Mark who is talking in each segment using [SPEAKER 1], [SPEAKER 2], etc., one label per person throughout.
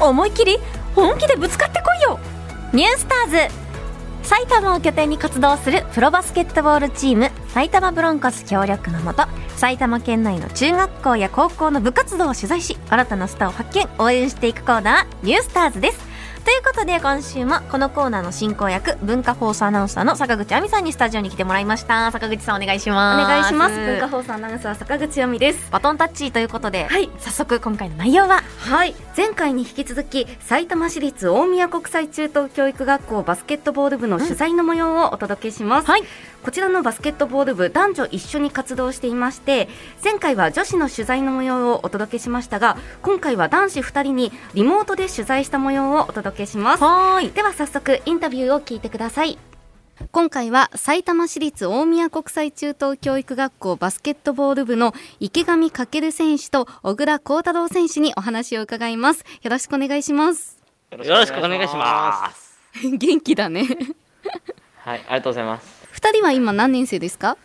[SPEAKER 1] 思い切り本気でぶつかってこいよニュースターズ埼玉を拠点に活動するプロバスケットボールチーム埼玉ブロンコス協力のもと埼玉県内の中学校や高校の部活動を取材し新たなスターを発見応援していくコーナー「ニュースターズですということで今週もこのコーナーの進行役文化放送アナウンサーの坂口亜美さんにスタジオに来てもらいました坂口さんお願いし
[SPEAKER 2] お
[SPEAKER 1] ます
[SPEAKER 2] 願いします文化放送アナウンサー坂口由美です
[SPEAKER 1] バトンタッチということで、
[SPEAKER 2] はい
[SPEAKER 1] 早速今回の内容は
[SPEAKER 2] はい前回に引き続き埼玉市立大宮国際中等教育学校バスケットボール部の取材の模様をお届けします、
[SPEAKER 1] はい
[SPEAKER 2] こちらのバスケットボール部男女一緒に活動していまして前回は女子の取材の模様をお届けしましたが今回は男子2人にリモートで取材した模様をお届けします
[SPEAKER 1] はーい
[SPEAKER 2] では早速インタビューを聞いてください今回は埼玉市立大宮国際中等教育学校バスケットボール部の池上翔選手と小倉幸太郎選手にお話を伺いますよろしくお願いします
[SPEAKER 3] よろしくお願いします。す。
[SPEAKER 2] 元気だね
[SPEAKER 4] はい、ありがとうございます。
[SPEAKER 2] 二人は今何年生ですか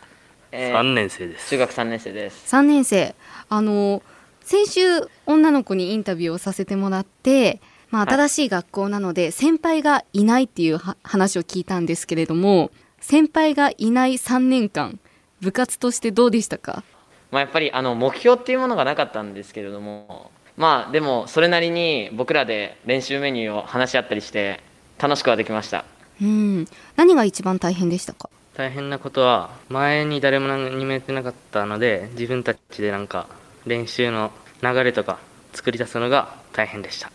[SPEAKER 4] えー
[SPEAKER 3] 三年生です。
[SPEAKER 4] 中学3年生です。
[SPEAKER 2] 三年生あの先週女の子にインタビューをさせてもらってまあ
[SPEAKER 4] はい
[SPEAKER 2] 新しい学校なので先輩がいないっていうは話を聞いたんですけれども先輩がいない三年間部活としてどうでしたか
[SPEAKER 4] まあやっぱりあの目標っていうものがなかったんですけれども、まあでもそれなりに僕らで練習メニューを話し合ったりして楽しくはできました。
[SPEAKER 2] うん何が一番大変でしたか
[SPEAKER 3] 大変なことは前に誰も何もやってなかったので自分たちでなんか練習の流れとか作り出すのが大変でした。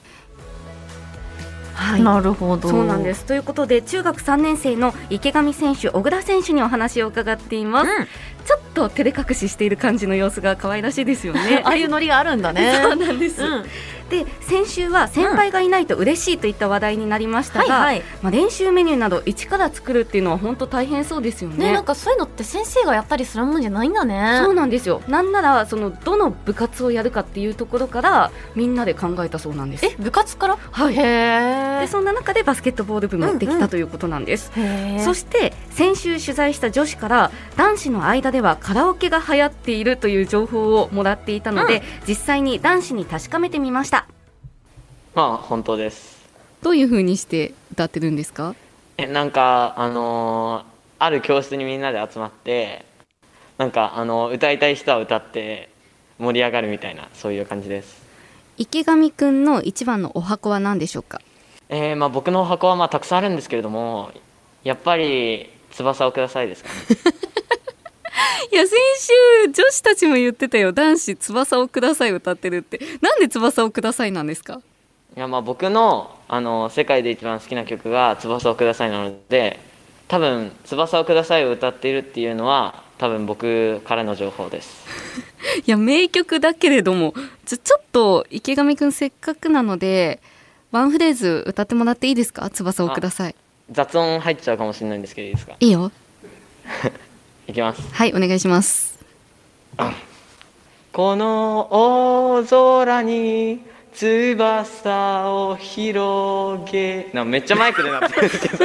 [SPEAKER 2] は
[SPEAKER 1] なるほど、
[SPEAKER 2] そうなんですすということで中学3年生の池上選手小倉選手にお話を伺っています、ちょっと照れ隠ししている感じの様子が可愛らしいですよ
[SPEAKER 1] うん、
[SPEAKER 2] ね
[SPEAKER 1] ああいうノリがあるんだ ね
[SPEAKER 2] そうなんです、
[SPEAKER 1] うん
[SPEAKER 2] で先週は先輩がいないと嬉しいといった話題になりました
[SPEAKER 1] はい
[SPEAKER 2] が、
[SPEAKER 1] はい
[SPEAKER 2] まあ、練習メニューなど一から作るっていうのは本当大変そうですよね
[SPEAKER 1] ねなんかそういうのって先生がやったりするもんじゃないんだね
[SPEAKER 2] そうなんですよなんならそのどの部活をやるかっていうところからみんなで考えたそうなんです
[SPEAKER 1] え部活からはいへ
[SPEAKER 2] で
[SPEAKER 1] え
[SPEAKER 2] そんな中でバスケットボール部もやってきたということなんです、
[SPEAKER 1] へ
[SPEAKER 2] そ
[SPEAKER 1] そし
[SPEAKER 2] して先週取材した女子から男子の間ではカラオケが流行っているという情報をもらっていたの
[SPEAKER 1] う
[SPEAKER 2] で、
[SPEAKER 1] ん
[SPEAKER 2] 実際に男子に確かめてみました
[SPEAKER 4] まあ本当です。
[SPEAKER 2] どういう風にして歌ってるんですか
[SPEAKER 4] えなんかあのーある教室にみんなで集まって、なんかあの歌いたい人は歌って盛り上がるみたいなそういう感じです。
[SPEAKER 2] 池上くんの一番のお箱は何でしょうか
[SPEAKER 4] えーまあ僕の箱はまあたくさんあるんですけれども、やっぱり翼をくださいですかね。
[SPEAKER 2] いや先週女子たちも言ってたよ男子翼をください歌ってるってなんで翼をくださいなんですか
[SPEAKER 4] いやまあ僕のあの世界で一番好きな曲が「翼をください」なので多分「翼をください」を歌っているっていうのは多分僕からの情報です
[SPEAKER 2] いや名曲だけれどもちょちょっと池上くんせっかくなのでワンフレーズ歌ってもらっていいですか翼をください
[SPEAKER 4] 雑音入っちゃうかもしれないんですけどいいですか
[SPEAKER 2] いいよ
[SPEAKER 4] いきます
[SPEAKER 2] はいお願いします
[SPEAKER 4] この大空に翼を広げなんかめっちゃマイクでなってるんです けど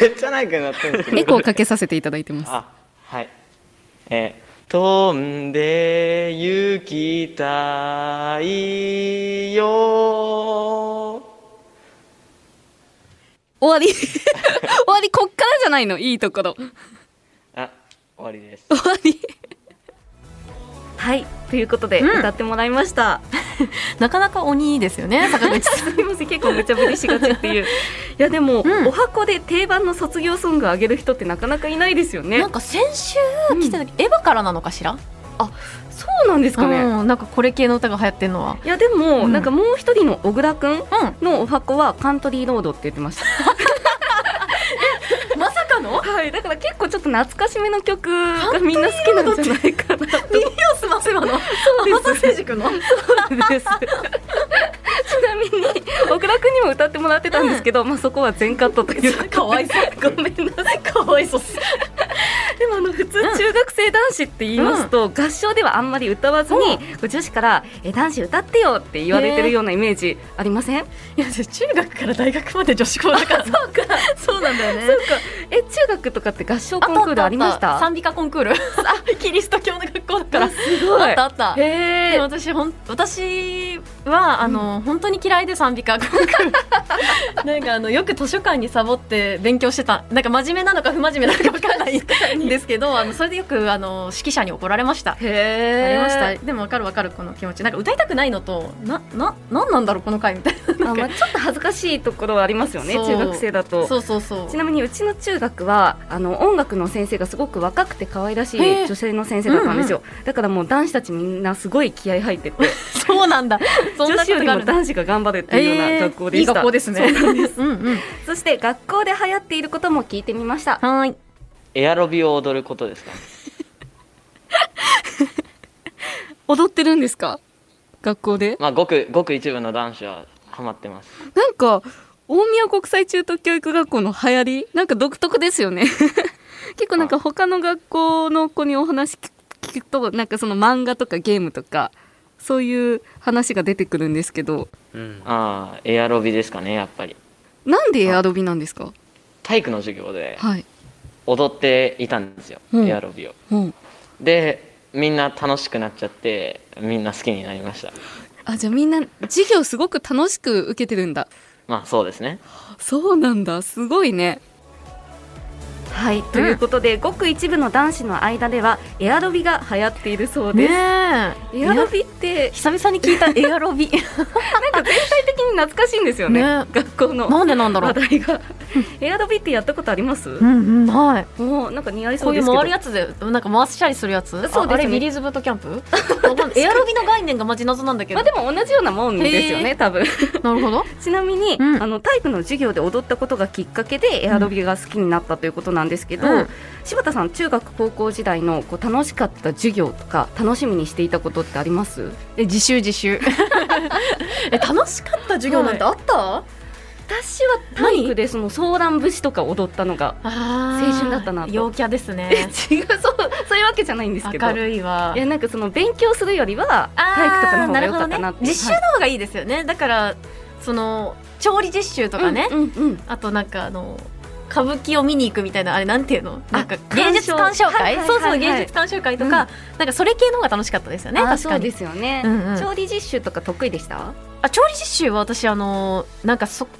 [SPEAKER 4] めっちゃマイクでなってるんですけど
[SPEAKER 2] エコーかけさせていただいてます
[SPEAKER 4] あはいえー飛んで行きたいよ
[SPEAKER 2] 終わり 終わりこっからじゃないのいいところ
[SPEAKER 4] あ終わりです
[SPEAKER 2] 終わりはいということで
[SPEAKER 1] うん
[SPEAKER 2] 歌ってもらいました、
[SPEAKER 1] なかなか鬼ですよ ね坂口さん
[SPEAKER 2] すいません結構無茶ぶりしがちって いういやでも、
[SPEAKER 1] うん
[SPEAKER 2] お箱で定番の卒業ソングを上げる人ってなかなかいないですよね
[SPEAKER 1] なんか先週来た時、エヴァからなのかしら、
[SPEAKER 2] そうなんですかね、
[SPEAKER 1] うんなんかこれ系の歌が流行ってるのはい
[SPEAKER 2] やでも、
[SPEAKER 1] うん
[SPEAKER 2] なんかもう一人の小倉くん
[SPEAKER 1] う
[SPEAKER 2] のお箱はカントリーロードって言ってました
[SPEAKER 1] んまさか の
[SPEAKER 2] はいだから結構ちょっと懐かしめの曲がみんな好きなんじゃないかなと
[SPEAKER 1] 耳を澄ませばの浜田誠司君の
[SPEAKER 2] ですちなみに小倉くんにも歌ってもらってたんですけど、まあそこは全カットということで
[SPEAKER 1] かわいそう
[SPEAKER 2] ごめんなさいかわいそうでもあの普通
[SPEAKER 1] うん
[SPEAKER 2] 中学生男子って言いますと、合唱ではあんまり歌わずに、女子からえ男子歌ってよって言われてるようなイメージありません、
[SPEAKER 1] いや中学から大学まで女子校だからそうかそうなんだよ
[SPEAKER 2] そう
[SPEAKER 1] ね
[SPEAKER 2] かえ中学とかって合唱コンクールありまし た
[SPEAKER 1] 賛美歌コンクールキリスト教の学校そうだから
[SPEAKER 2] すご
[SPEAKER 1] あったあった
[SPEAKER 2] へ
[SPEAKER 1] で
[SPEAKER 2] え
[SPEAKER 1] も私ほん私はあの、本当に嫌いで賛美歌 なんかあのよく図書館にサボって勉強してたなんか真面目なのか不真面目なのか分からないんですけどあのそれでよくあの指揮者に怒られました。あ
[SPEAKER 2] へえ
[SPEAKER 1] りましたでも分かる分かるこの気持ちなんか歌いたくないのとなななんなんだろうこの回みたい
[SPEAKER 2] あまあ、ちょっと恥ずかしいところはありますよね
[SPEAKER 1] そう
[SPEAKER 2] 中学生だ
[SPEAKER 1] な
[SPEAKER 2] と
[SPEAKER 1] そうそうそう
[SPEAKER 2] ちなみにうちの中学はあの音楽の先生がすごく若くて可愛らしい
[SPEAKER 1] へえ
[SPEAKER 2] 女性の先生だったんですよ、だからもう男子たちみんなすごい気合入ってて
[SPEAKER 1] そうなんだそん
[SPEAKER 2] 女
[SPEAKER 1] な
[SPEAKER 2] 子よ
[SPEAKER 1] こと
[SPEAKER 2] り
[SPEAKER 1] があ
[SPEAKER 2] も
[SPEAKER 1] るんだ
[SPEAKER 2] 男子が頑張るっていうような学校でした、
[SPEAKER 1] えーいい学校ですねうんうん
[SPEAKER 2] そして学校で流行っていることも聞いてみました
[SPEAKER 1] はーい
[SPEAKER 4] エアロビを踊ることですか
[SPEAKER 5] 踊ってるんですか学校で
[SPEAKER 4] まあごくごく一部の男子はハマってます
[SPEAKER 5] なんか大宮国際中等教育学校の流行りなんか独特ですよね 結構なんか他の学校の子にお話聞く聞くとなんかその漫画とかゲームとかそういう話が出てくるんですけど
[SPEAKER 3] うん
[SPEAKER 4] ああエアロビですかねやっぱり
[SPEAKER 5] なんでエアロビなんですか
[SPEAKER 4] 体育の授業で
[SPEAKER 5] はい、
[SPEAKER 4] 踊っていたんですよ、
[SPEAKER 5] うん
[SPEAKER 4] エアロビを
[SPEAKER 5] うん、
[SPEAKER 4] でみんな楽しくなっちゃってみんな好きになりました
[SPEAKER 5] あじゃあみんな授業すごく楽しく受けてるんだ
[SPEAKER 4] まあそうですね
[SPEAKER 5] そうなんだすごいね
[SPEAKER 2] はいということで、ごく一部の男子の間ではエアロビが流行っているそう
[SPEAKER 1] ね
[SPEAKER 2] です、
[SPEAKER 1] え
[SPEAKER 2] エアロビって
[SPEAKER 1] 久々に聞いたエアロビ
[SPEAKER 2] なんか全体的に懐かしいんですよね
[SPEAKER 1] ね
[SPEAKER 2] 学校の
[SPEAKER 1] なんでなんだろ
[SPEAKER 2] 話
[SPEAKER 1] う
[SPEAKER 2] 題が エアロビってやったことあります、
[SPEAKER 1] うんうんはい
[SPEAKER 2] もうなんか似合いそ
[SPEAKER 1] こ
[SPEAKER 2] う
[SPEAKER 1] うい
[SPEAKER 2] で
[SPEAKER 1] う
[SPEAKER 2] すけど
[SPEAKER 1] 回るやつでなんか回したりするやつ
[SPEAKER 2] すね
[SPEAKER 1] ああれビリーズブートキャンプわかんないエアロビの概念がマジ謎なんだけ
[SPEAKER 2] ま
[SPEAKER 1] ど
[SPEAKER 2] あでも同じようなもんですよ
[SPEAKER 1] へ
[SPEAKER 2] ね多分
[SPEAKER 1] なるほど
[SPEAKER 2] ちなみに、
[SPEAKER 1] うん
[SPEAKER 2] あの体育の授業で踊ったことがきっかけでエアロビが好きになったということなんですけど、
[SPEAKER 1] うん
[SPEAKER 2] 柴田さん中学高校時代のこう楽しかった授業とか楽しみにしていたことってあります
[SPEAKER 1] え自習自習 え楽しかった授業なんてあった、
[SPEAKER 2] 私は体育でそのソーラン節とか踊ったのが
[SPEAKER 1] あ
[SPEAKER 2] 青春だったなと
[SPEAKER 1] 陽キャ ですね
[SPEAKER 2] 違うそうそういうわけじゃないんですけど
[SPEAKER 1] 明るいわ
[SPEAKER 2] いやなんかその勉強するよりは体育とかの方が良かったなって、
[SPEAKER 1] あーるほどね、実習の方がいいですよね、だからその調理実習と
[SPEAKER 2] と
[SPEAKER 1] かね、
[SPEAKER 2] うんうんうん
[SPEAKER 1] あとなんかあの歌舞伎を見に行くみたいなあれなんていうの
[SPEAKER 2] あ
[SPEAKER 1] なんか芸
[SPEAKER 2] 鑑賞
[SPEAKER 1] 術鑑賞
[SPEAKER 2] は
[SPEAKER 1] 会
[SPEAKER 2] いはいはいはい
[SPEAKER 1] そうそう芸術鑑賞会とか、なんかそれ系の方が楽しかったですよね
[SPEAKER 2] あー
[SPEAKER 1] 確
[SPEAKER 2] そ
[SPEAKER 1] か
[SPEAKER 2] う
[SPEAKER 1] に
[SPEAKER 2] ですよね、
[SPEAKER 1] うんうん
[SPEAKER 2] 調理実習とか得意でした
[SPEAKER 1] あ調理実習は私あのなんかそ こ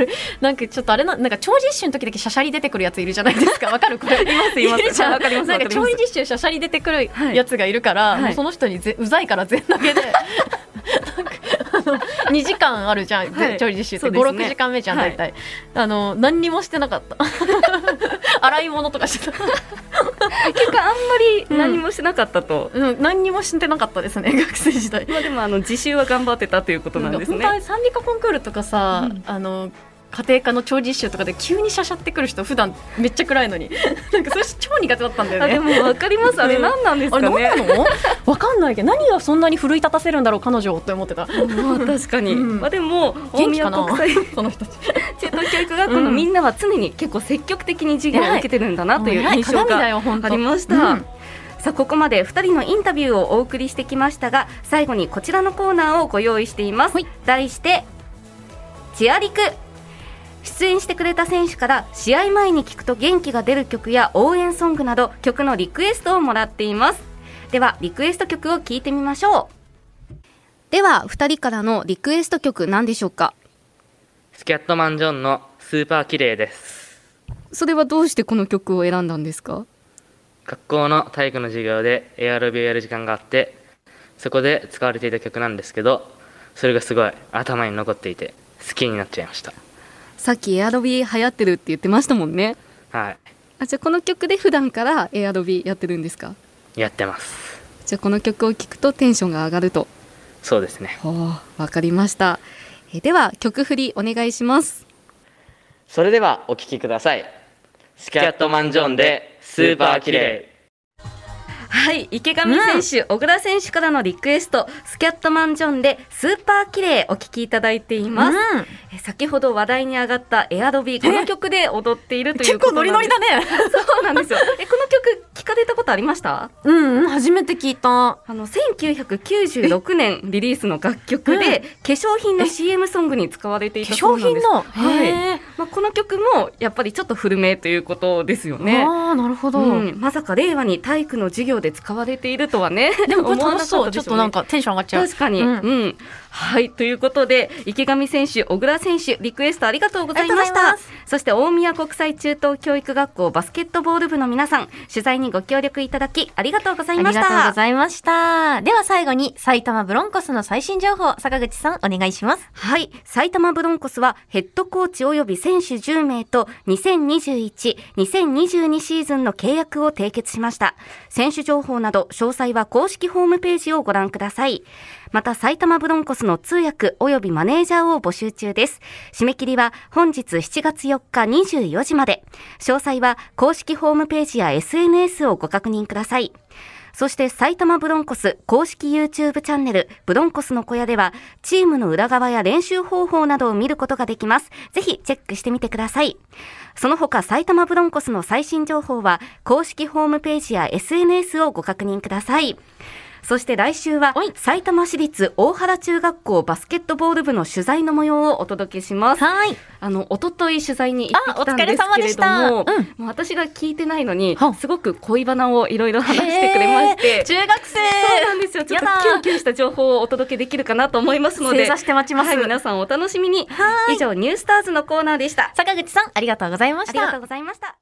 [SPEAKER 1] れなんかちょっとあれななんか調理実習の時だけシャシャリ出てくるやついるじゃないですかわかるこれいます
[SPEAKER 2] います
[SPEAKER 1] るじゃん
[SPEAKER 2] わかります
[SPEAKER 1] なん
[SPEAKER 2] わ
[SPEAKER 1] か
[SPEAKER 2] かり
[SPEAKER 1] 調
[SPEAKER 2] ます
[SPEAKER 1] 理実習シャシャリ出てくるやつがいるから、
[SPEAKER 2] はい
[SPEAKER 1] もうその人にぜうざいから全投げでなんかあの2時間あるじゃん、ぜ
[SPEAKER 2] はい
[SPEAKER 1] 調理実習
[SPEAKER 2] そう
[SPEAKER 1] って
[SPEAKER 2] です
[SPEAKER 1] 56、
[SPEAKER 2] ね
[SPEAKER 1] 時間目じゃん
[SPEAKER 2] はい
[SPEAKER 1] 大体、あの何にもしてなかった 洗い物とかしてた、
[SPEAKER 2] 結果あんまり何もしなかったと、
[SPEAKER 1] うん、何にもしてなかったですね学生時代
[SPEAKER 2] まあでもあの自習は頑張ってたということなんです
[SPEAKER 1] か本
[SPEAKER 2] ね。
[SPEAKER 1] 当は賛美歌コンクールとかさ、あの家庭科の調理実習とかで急にしゃしゃってくる人普段めっちゃ暗いのに なんかそれ超苦手だったんだよ
[SPEAKER 2] あ
[SPEAKER 1] ね。
[SPEAKER 2] でもわかりますあれ何なんです
[SPEAKER 1] あ
[SPEAKER 2] か
[SPEAKER 1] れ何
[SPEAKER 2] ね
[SPEAKER 1] な。のわかんないけど何がそんなに奮い立たせるんだろう彼女をって思ってた
[SPEAKER 2] まあ確かに、
[SPEAKER 1] うん
[SPEAKER 2] まあでも大
[SPEAKER 1] 元気
[SPEAKER 2] 宮
[SPEAKER 1] かな
[SPEAKER 2] 国際
[SPEAKER 1] その人たち
[SPEAKER 2] 中等教育学校のみんなは常に結構積極的に授業を受けてるんだなという印象
[SPEAKER 1] 鏡だ
[SPEAKER 2] が
[SPEAKER 1] よ本当
[SPEAKER 2] ありました、
[SPEAKER 1] うん
[SPEAKER 2] さあここまで2人のインタビューをお送りしてきましたが最後にこちらのコーナーをご用意しています、題して「チアリク」出演してくれた選手から試合前に聞くと元気が出る曲や応援ソングなど曲のリクエストをもらっていますではリクエスト曲を聞いてみましょ
[SPEAKER 5] では2人からのリクエスト曲なんでしょうか
[SPEAKER 3] スキャットマン・ジョンのスーパーキレイです
[SPEAKER 5] それはどうしてこの曲を選んだんですか
[SPEAKER 3] 学校の体育の授業でエアロビをやる時間があってそこで使われていた曲なんですけどそれがすごい頭に残っていて好きになっちゃいました
[SPEAKER 5] さっきエアロビ流行ってるって言ってましたもんね
[SPEAKER 3] はい
[SPEAKER 5] あじゃあこの曲で普段からエアロビやってるんですか
[SPEAKER 3] やってます
[SPEAKER 5] じゃあこの曲を聴くとテンションが上がると
[SPEAKER 3] そうですね
[SPEAKER 5] わかりましたえでは曲振りお願いします
[SPEAKER 4] それではお聴きくださいスキャットマン・ジョンでスーパーキレイ
[SPEAKER 2] うはい池上選手、小倉選手からのリクエストスキャットマンジョンでスーパーキレイお聞きいただいています、
[SPEAKER 1] うん
[SPEAKER 2] え先ほど話題に上がったエアロビこの曲で踊っているとい
[SPEAKER 1] 結
[SPEAKER 2] うこ
[SPEAKER 1] 構
[SPEAKER 2] とな
[SPEAKER 1] ノ
[SPEAKER 2] ん
[SPEAKER 1] リ
[SPEAKER 2] です
[SPEAKER 1] ノリだね
[SPEAKER 2] そうなんですよえこの曲聞聞かれたことありました
[SPEAKER 1] うんうん初めて聞いた
[SPEAKER 2] あの1996年リリースの楽曲で、化粧品の CM ソングに使われてい
[SPEAKER 1] 化
[SPEAKER 2] た
[SPEAKER 1] 粧
[SPEAKER 2] そうなんで
[SPEAKER 1] 品
[SPEAKER 2] す
[SPEAKER 1] の、
[SPEAKER 2] はい
[SPEAKER 1] へ
[SPEAKER 2] まあ、この曲もやっぱりちょっと古めということですよ
[SPEAKER 1] ー
[SPEAKER 2] ね。
[SPEAKER 1] ああなるほど、
[SPEAKER 2] うん、まさか令和に体育の授業で使われているとはね。
[SPEAKER 1] でもこれ楽しそう、ちょ
[SPEAKER 2] 思わなかたで
[SPEAKER 1] っ
[SPEAKER 2] しょ
[SPEAKER 1] と
[SPEAKER 2] うね
[SPEAKER 1] なんかテンション上がっちゃう
[SPEAKER 2] 確かに、
[SPEAKER 1] う
[SPEAKER 2] うんん、はい、ということで、池上選手、小倉選手、リクエストありがとうございまし
[SPEAKER 1] ありがと
[SPEAKER 2] た
[SPEAKER 1] うござ。
[SPEAKER 2] そして、大宮国際中等教育学校バスケットボール部の皆さん、取材にご協力いただき、ありがとうございまし
[SPEAKER 1] ありがとう
[SPEAKER 2] た
[SPEAKER 1] ご。ざいました。では最後に埼玉ブロンコスの最新情報、坂口さんお願いします。
[SPEAKER 2] はい。埼玉ブロンコスはヘッドコーチ及び選手10名と2021、2022シーズンの契約を締結しました。選手情報など詳細は公式ホームページをご覧ください。また埼玉ブロンコスの通訳及びマネージャーを募集中です。締め切りは本日7月4日24時まで。詳細は公式ホームページや SNS をご確認ください。そして埼玉ブロンコス公式 YouTube チャンネルブロンコスの小屋ではチームの裏側や練習方法などを見ることができます。ぜひチェックしてみてください。その他埼玉ブロンコスの最新情報は公式ホームページや SNS をご確認ください。そして来週は埼玉市立大原中学校バスケットボール部の取材の模様をお届けします。
[SPEAKER 1] はい。
[SPEAKER 2] あの一昨日取材に行ってきたんですけれど
[SPEAKER 1] あお
[SPEAKER 2] も、
[SPEAKER 1] 疲れ様でし
[SPEAKER 2] もう私が聞いてないのに
[SPEAKER 1] はあ、
[SPEAKER 2] すごく恋バナをいろいろ話してくれまして、
[SPEAKER 1] 中学生
[SPEAKER 2] そうなんですよ。ちょっと
[SPEAKER 1] やだ
[SPEAKER 2] キュンキュンした情報をお届けできるかなと思いますの
[SPEAKER 1] 正
[SPEAKER 2] で
[SPEAKER 1] 座、して待ちます。
[SPEAKER 2] はい、皆さんお楽しみに。以上ニュースターズのコーナーでした。
[SPEAKER 1] 坂口さん、ありがとうございました。
[SPEAKER 2] ありがとうございました。